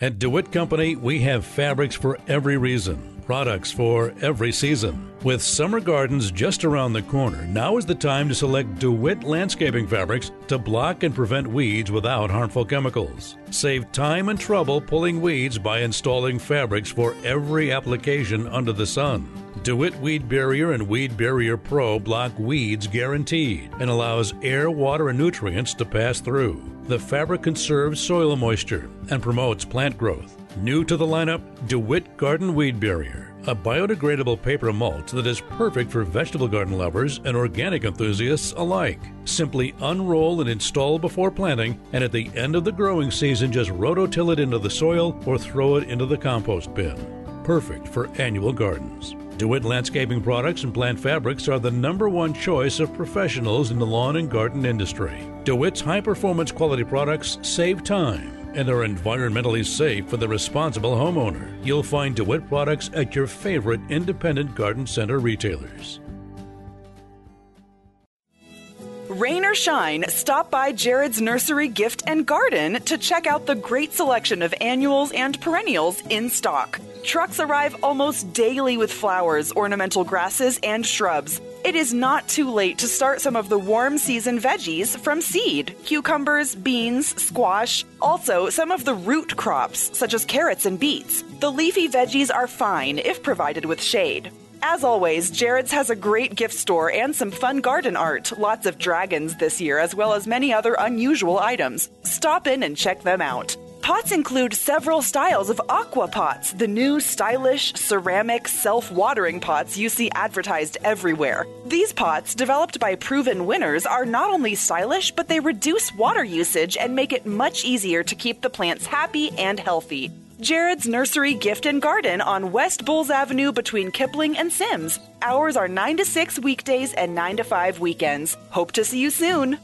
At DeWitt Company, we have fabrics for every reason, products for every season. With summer gardens just around the corner, now is the time to select DeWitt landscaping fabrics to block and prevent weeds without harmful chemicals. Save time and trouble pulling weeds by installing fabrics for every application under the sun. DeWitt Weed Barrier and Weed Barrier Pro block weeds guaranteed and allows air, water, and nutrients to pass through. The fabric conserves soil moisture and promotes plant growth. New to the lineup, DeWitt Garden Weed Barrier, a biodegradable paper mulch that is perfect for vegetable garden lovers and organic enthusiasts alike. Simply unroll and install before planting, and at the end of the growing season, just rototill it into the soil or throw it into the compost bin perfect for annual gardens. DeWitt Landscaping Products and Plant Fabrics are the number one choice of professionals in the lawn and garden industry. DeWitt's high performance quality products save time and are environmentally safe for the responsible homeowner. You'll find DeWitt products at your favorite independent garden center retailers.
Rain or shine, stop by Jared's Nursery Gift and Garden to check out the great selection of annuals and perennials in stock. Trucks arrive almost daily with flowers, ornamental grasses, and shrubs. It is not too late to start some of the warm season veggies from seed cucumbers, beans, squash, also some of the root crops, such as carrots and beets. The leafy veggies are fine if provided with shade. As always, Jared's has a great gift store and some fun garden art, lots of dragons this year, as well as many other unusual items. Stop in and check them out. Pots include several styles of aqua pots, the new stylish ceramic self watering pots you see advertised everywhere. These pots, developed by proven winners, are not only stylish, but they reduce water usage and make it much easier to keep the plants happy and healthy. Jared's Nursery Gift and Garden on West Bulls Avenue between Kipling and Sims. Hours are 9 to 6 weekdays and 9 to 5 weekends. Hope to see you soon.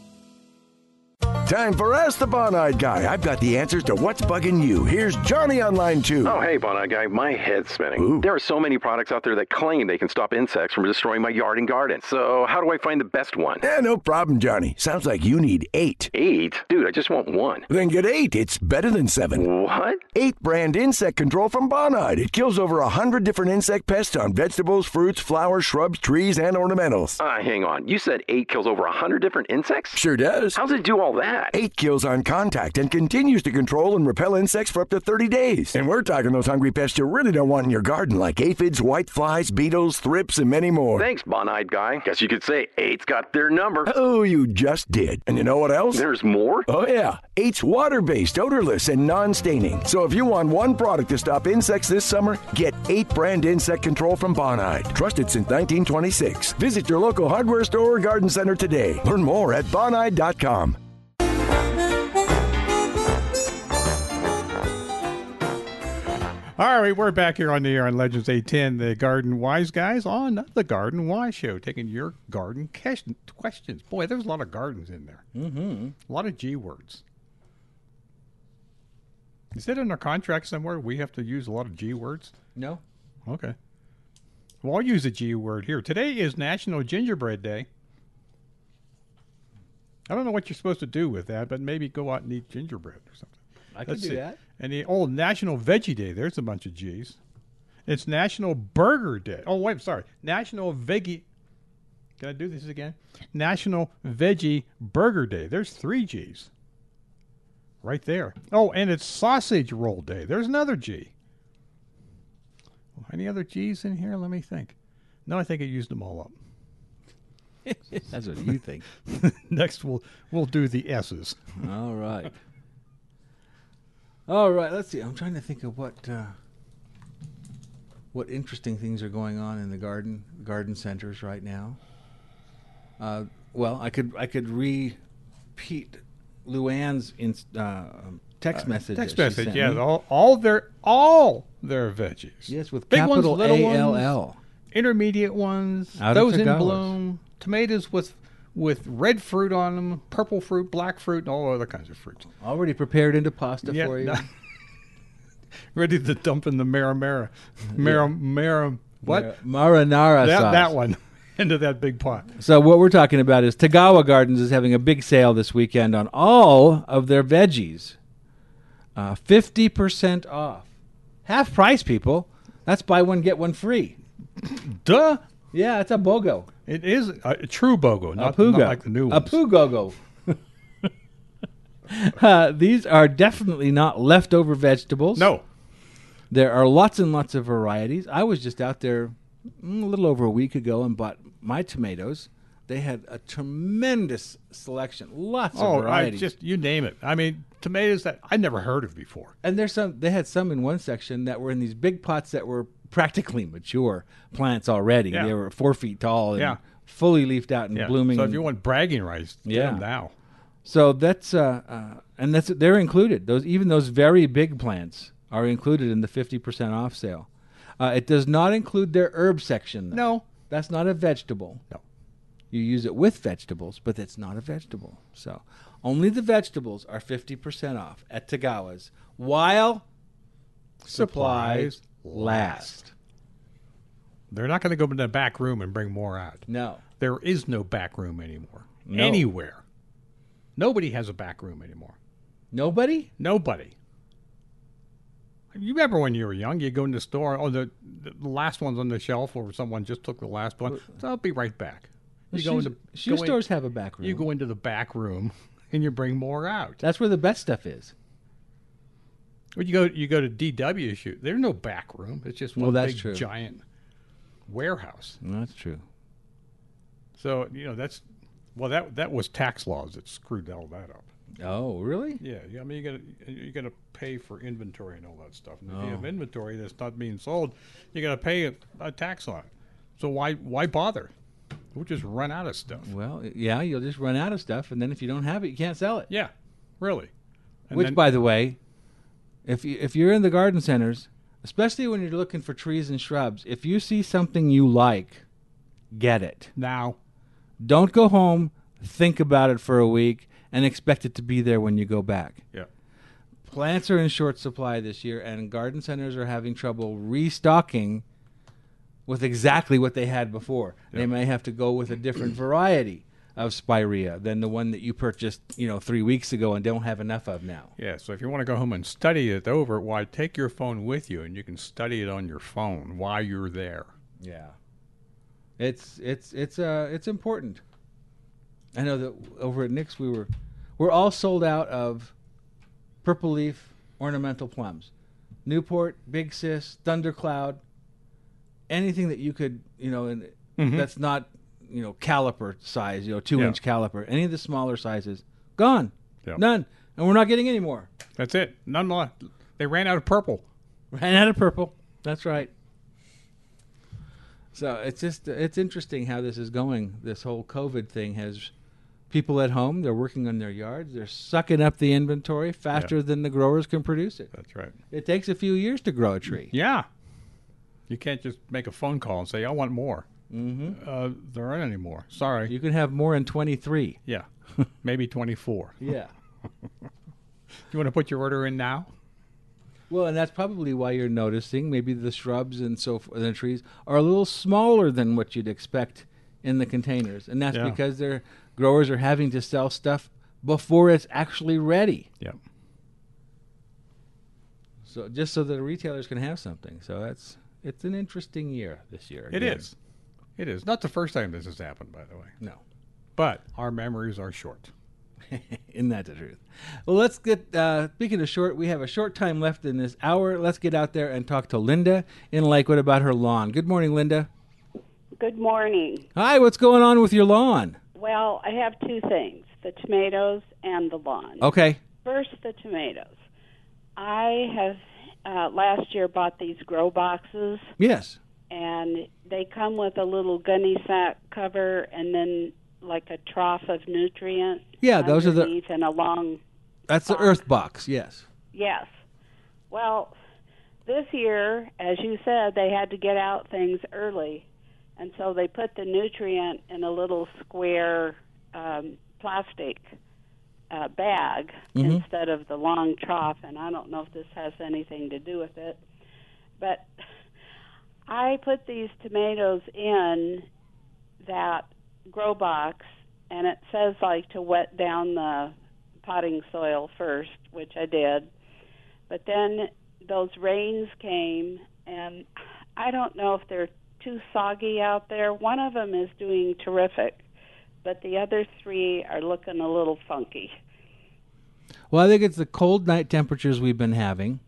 Time for Ask the Bon Eyed Guy. I've got the answers to what's bugging you. Here's Johnny on line two.
Oh, hey, Bon Eye Guy, my head's spinning. There are so many products out there that claim they can stop insects from destroying my yard and garden. So, how do I find the best one?
Yeah, no problem, Johnny. Sounds like you need eight.
Eight? Dude, I just want one.
Then get eight. It's better than seven.
What?
Eight brand insect control from Bonide. It kills over a hundred different insect pests on vegetables, fruits, flowers, shrubs, trees, and ornamentals.
Ah, hang on. You said eight kills over a 100 different insects?
Sure does.
How's it do all that? that?
Eight kills on contact and continues to control and repel insects for up to 30 days. And we're talking those hungry pests you really don't want in your garden, like aphids, whiteflies, beetles, thrips, and many more.
Thanks, Bon-Eyed Guy. Guess you could say eight's got their number.
Oh, you just did. And you know what else?
There's more?
Oh, yeah. Eight's water based, odorless, and non staining. So if you want one product to stop insects this summer, get 8 brand insect control from Bonide. Trusted since 1926. Visit your local hardware store or garden center today. Learn more at Bonide.com.
Mm-hmm.
All right, we're back here on the air on Legends 810, the Garden Wise Guys on the Garden Wise Show, taking your garden ques- questions. Boy, there's a lot of gardens in there. Mm-hmm. A lot of G words. Is it in our contract somewhere we have to use a lot of G words?
No.
Okay. Well, I'll use a G word here. Today is National Gingerbread Day. I don't know what you're supposed to do with that, but maybe go out and eat gingerbread or something.
I can do that.
And the old National Veggie Day. There's a bunch of G's. It's National Burger Day. Oh, wait, I'm sorry. National Veggie. Can I do this again? National Veggie Burger Day. There's three G's. Right there. Oh, and it's Sausage Roll Day. There's another G. Oh, Any other G's in here? Let me think. No, I think I used them all up.
That's what you think.
Next, we'll we'll do the S's.
All right. All right, let's see. I'm trying to think of what uh, what interesting things are going on in the garden garden centers right now. Uh, well, I could I could repeat Luann's in, uh, um, text message.
Text
that she
message.
sent
Yeah,
me.
all, all their all their veggies.
Yes, with
Big
capital
ones, little
ALL.
ones, intermediate ones,
Out of
those in
Tagalas.
bloom, tomatoes with with red fruit on them, purple fruit, black fruit, and all other kinds of fruits.
already prepared into pasta
Yeah,
for you.
no. Ready to dump in the marinara, mara, mara, what?
Marinara
that,
sauce.
That one into that big pot.
So what we're talking about is Tagawa Gardens is having a big sale this weekend on all of their veggies. Uh, Fifty percent off, half price, people. That's buy one get one free.
Duh.
Yeah, it's a bogo.
It is a, a true bogo, not,
Pugo.
not like the new
A
ones.
pugogo. uh, these are definitely not leftover vegetables. No. There are lots and lots of varieties. I was just out there mm, a little over a week ago and bought my tomatoes. They had a tremendous selection, lots
oh,
of
I
varieties.
just you name it. I mean, tomatoes that I never heard of before.
And there's some. They had some in one section that were in these big pots that were practically mature plants already.
Yeah.
They were four feet tall and
Yeah.
fully leafed out and
Yeah.
blooming.
So if you want bragging rights, yeah,
Yeah.
get them now.
So that's uh, uh, and that's they're included. Those even those very big plants are included in the fifty percent off sale. Uh, it does not include their herb section. Though.
No,
that's not a vegetable.
No,
you use it with vegetables, but it's not a vegetable. So only the vegetables are fifty percent off at Tagawa's while supplies,
Supplies
last.
They're not going to go into the back room and bring more out.
No,
there is no back room anymore.
No.
Anywhere, nobody has a back room anymore.
Nobody.
Nobody. You remember when you were young, you go in the store. Oh, the, the last one's on the shelf, or someone just took the last one. So I'll be right back.
The
You go
shoes-
into
shoe
go in-
stores have a back room.
You go into the back room and you bring more out.
That's where the best stuff is.
Well, you go you go to DW shoot. There's no back room. It's just one
Well, that's
big
true.
giant warehouse.
That's true.
So you know that's well that that was tax laws that screwed all that up.
Oh, really?
Yeah, yeah. I mean, you got to you're going to pay for inventory and all that stuff. And If
Oh.
you have inventory that's not being sold, you're going to pay a, a tax on it. So why why bother? We'll just run out of stuff.
Well, yeah, you'll just run out of stuff, and then if you don't have it, you can't sell it.
Yeah, really. And
Which,
then-
by the way, if you, if you're in the garden centers, especially when you're looking for trees and shrubs, if you see something you like, get it
now.
Don't go home, think about it for a week, and expect it to be there when you go back.
Yeah.
Plants are in short supply this year, and garden centers are having trouble restocking with exactly what they had before. They may have to go with a different variety of spirea than the one that you purchased, you know, three weeks ago and don't have enough of now.
Yeah, so if you want to go home and study it over, why take your phone with you and you can study it on your phone while you're there.
Yeah. It's it's it's uh it's important. I know that over at Nick's we were We're all sold out of purple leaf ornamental plums. Newport, Big Sis, Thundercloud, anything that you could, you know, and
Mhm.
that's not, you know, caliper size, you know, two
Yeah.
inch caliper. Any of the smaller sizes, gone.
Yeah.
None. And we're not getting any more.
That's it. None left. They ran out of purple.
Ran out of purple. That's right. So it's just it's interesting how this is going. This whole COVID thing has people at home. They're working on their yards. They're sucking up the inventory faster than the growers can produce it.
That's right.
It takes a few years to grow a tree.
Yeah. You can't just make a phone call and say, I want more. Mm-hmm. Uh, there aren't any more. Sorry.
You can have more in 23.
Yeah. Maybe 24.
Yeah.
You want to put your order in now?
Well, and that's probably why you're noticing maybe the shrubs and so forth, the trees are a little smaller than what you'd expect in the containers, and that's
Yeah.
because their growers are having to sell stuff before it's actually ready.
Yep.
So just so that the retailers can have something. So that's it's an interesting year this year.
It is. It is. Not the first time this has happened, by the way.
No.
But our memories are short.
Isn't that the truth? Well, let's get. Uh, speaking of short, we have a short time left in this hour. Let's get out there and talk to Linda in Lakewood about her lawn. Good morning, Linda.
Good morning.
Hi, what's going on with your lawn?
Well, I have two things the tomatoes and the lawn.
Okay.
First, the tomatoes. I have uh, last year bought these grow boxes,
Yes.
and they come with a little gunny sack cover and then like a trough of nutrients.
Yeah, those are the-
underneath And a long
That's the Earth Box. Yes.
Yes. Well, this year, as you said, they had to get out things early, and so they put the nutrient in a little square um, plastic uh, bag
Mm-hmm.
Mhm.
instead of the long trough. And I don't know if this has anything to do with it, but I put these tomatoes in that grow box, and it says like to wet down the potting soil first, which I did. But then those rains came, and I don't know if they're too soggy out there. One of them is doing terrific, but the other three are looking a little funky.
Well, I think it's the cold night temperatures we've been having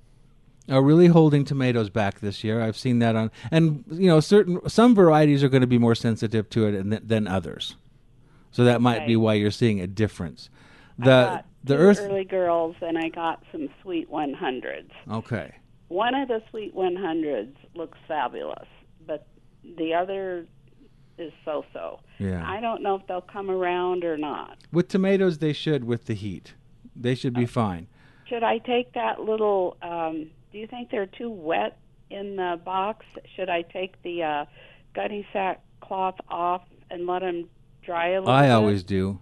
are really holding tomatoes back this year. I've seen that on, and you know, certain some varieties are going to be more sensitive to it and- than others, so that might be
Right.
why you're seeing a difference.
I
The
got
the
two
earth.
early girls, and I got some sweet 100s.
Okay.
One of the sweet 100s looks fabulous, but the other is so-so.
Yeah.
I don't know if they'll come around or not.
With tomatoes, they should with the heat. They should
Uh,
be fine.
Should I take that little? Um, do you think they're too wet in the box? Should I take the uh, gunny sack cloth off and let them dry a little?
I
bit?
always do.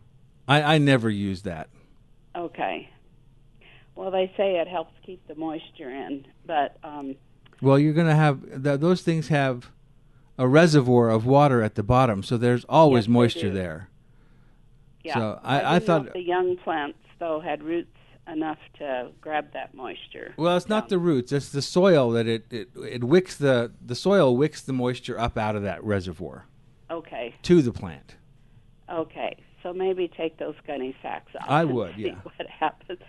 I I never use that.
Okay. Well, they say it helps keep the moisture in, but um,
Well, you're going to have th- those things have a reservoir of water at the bottom, so there's always moisture there.
yeah.
So I- I
didn't know
thought-
if the young plants though had roots enough to grab that moisture.
Well, it's not the roots; it's the soil that it, it it wicks the the soil wicks the moisture up out of that reservoir
Okay.
to the plant.
Okay, so maybe take those gunny sacks off.
I
and
would,
see
yeah.
What happens?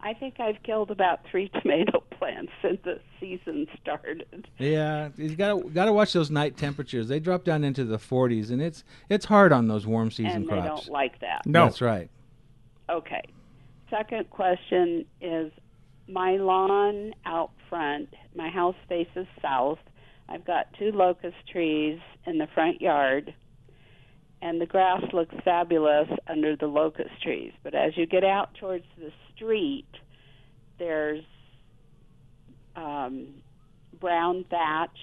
I think I've killed about three tomato plants since the season started.
Yeah, you got to got to watch those night temperatures. They drop down into the 40s, and it's it's hard on those warm season
and they
crops.
don't like that.
that's right.
Okay. Second question is my lawn out front, my house faces south. I've got two locust trees in the front yard, and the grass looks fabulous under the locust trees. But as you get out towards the street, there's um, brown thatch.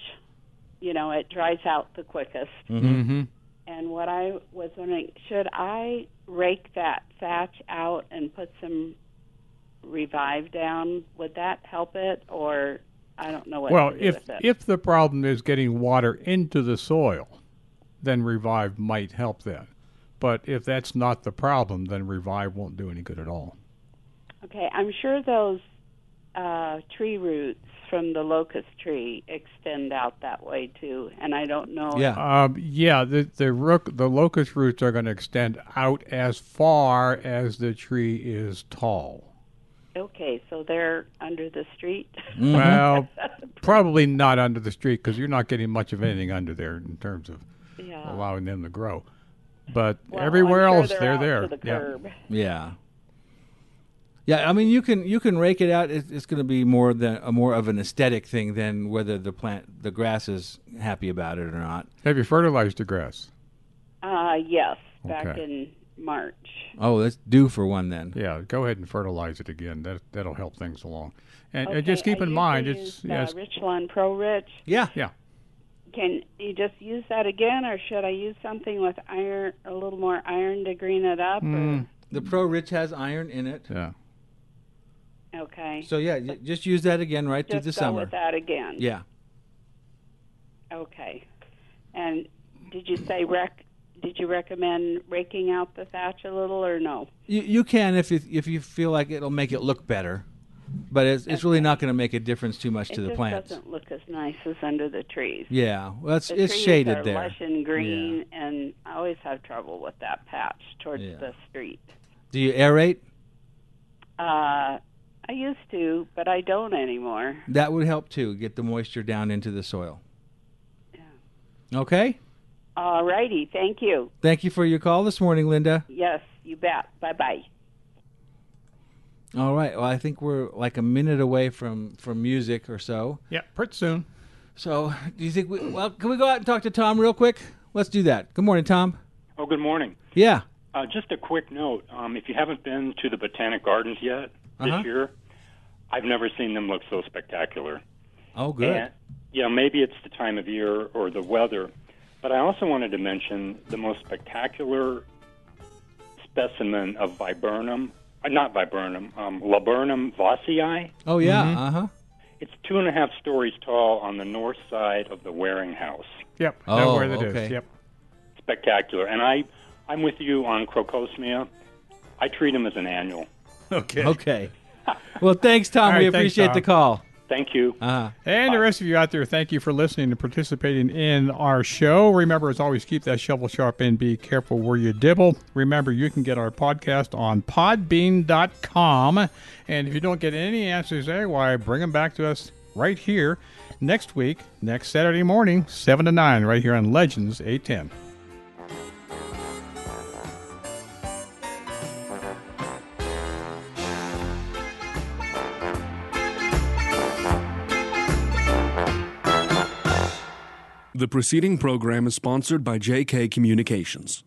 You know, it dries out the quickest.
Mm-hmm.
And what I was wondering, should I rake that thatch out and put some revive down? Would that help it, or I don't know what
Well,
to do
if
with it.
if the problem is getting water into the soil, then revive might help that. But if that's not the problem, then revive won't do any good at all.
okay, I'm sure those uh, tree roots from the locust tree extend out that way too, and I don't know. if-
Um, yeah. The the rook, the locust roots are going to extend out as far as the tree is tall.
Okay, so they're under the street.
Well, probably not under the street because you're not getting much of anything under there in terms of
Yeah.
allowing them to grow. But
Well, I'm
everywhere
sure
else,
they're
they're
out
there.
to the
yeah.
curb.
Yeah. Yeah, I mean you can you can rake it out. It's, it's going to be more than a more of an aesthetic thing than whether the plant the grass is happy about it or not.
Have you fertilized the grass?
Uh, yes, back
Okay.
in March.
Oh, that's due for one then.
Yeah, go ahead and fertilize it again. That that'll help things along. And,
okay,
and just keep
I
in mind,
usually
it's
use,
yeah,
uh,
it's-
Richland Pro Rich.
yeah,
yeah.
Can you just use that again, or should I use something with iron, a little more iron to green it up?
Mm. The Pro Rich has iron in it.
Yeah.
Or, okay.
So yeah, y- just use that again right through
just
the
go
summer.
with that again.
Yeah.
Okay. And did you say rec? Did you recommend raking out the thatch a little, or no?
You you can if you if you feel like it'll make it look better, but it's it's really not going to make a difference too much
it
to the
just
plants.
doesn't look as nice as under the trees.
Yeah, well, it's
The
it's
trees
shaded
are
there.
lush and green, and I always have trouble with that patch towards
Yeah.
the street.
Do you aerate?
Uh, I used to, but I don't anymore.
That would help too. Get the moisture down into the soil. Okay.
All righty, thank you.
Thank you for your call this morning, Linda.
Yes, you bet. Bye bye.
All right. Well, I think we're like a minute away from from music or so.
Yeah, pretty soon.
So, do you think we? Well, can we go out and talk to Tom real quick? Let's do that. Good morning, Tom.
Oh, good morning.
Yeah.
Uh, just a quick note. Um, if you haven't been to the Botanic Gardens yet this
Uh-huh.
year, I've never seen them look so spectacular.
Oh, good.
And, yeah, maybe it's the time of year or the weather, but I also wanted to mention the most spectacular specimen of viburnum, uh, not viburnum, um, laburnum vossii.
Oh yeah. Uh huh.
It's two and a half stories tall on the north side of the Waring House.
Yep.
Oh,
know where that is.
okay.
Yep.
Spectacular. And I, I'm with you on crocosmia. I treat them as an annual.
Okay.
Okay. Well, thanks, Tom.
All right,
we
thanks,
appreciate the
Tom.
call.
Thank you.
Uh-huh.
And the rest of you out there, thank you for listening and participating in our show. Remember, as always, keep that shovel sharp and be careful where you dibble. Remember, you can get our podcast on podbean.com. And if you don't get any answers there, why, bring them back to us right here next week, next Saturday morning, 7 to 9, right here on Legends 810.
The preceding program is sponsored by JK Communications.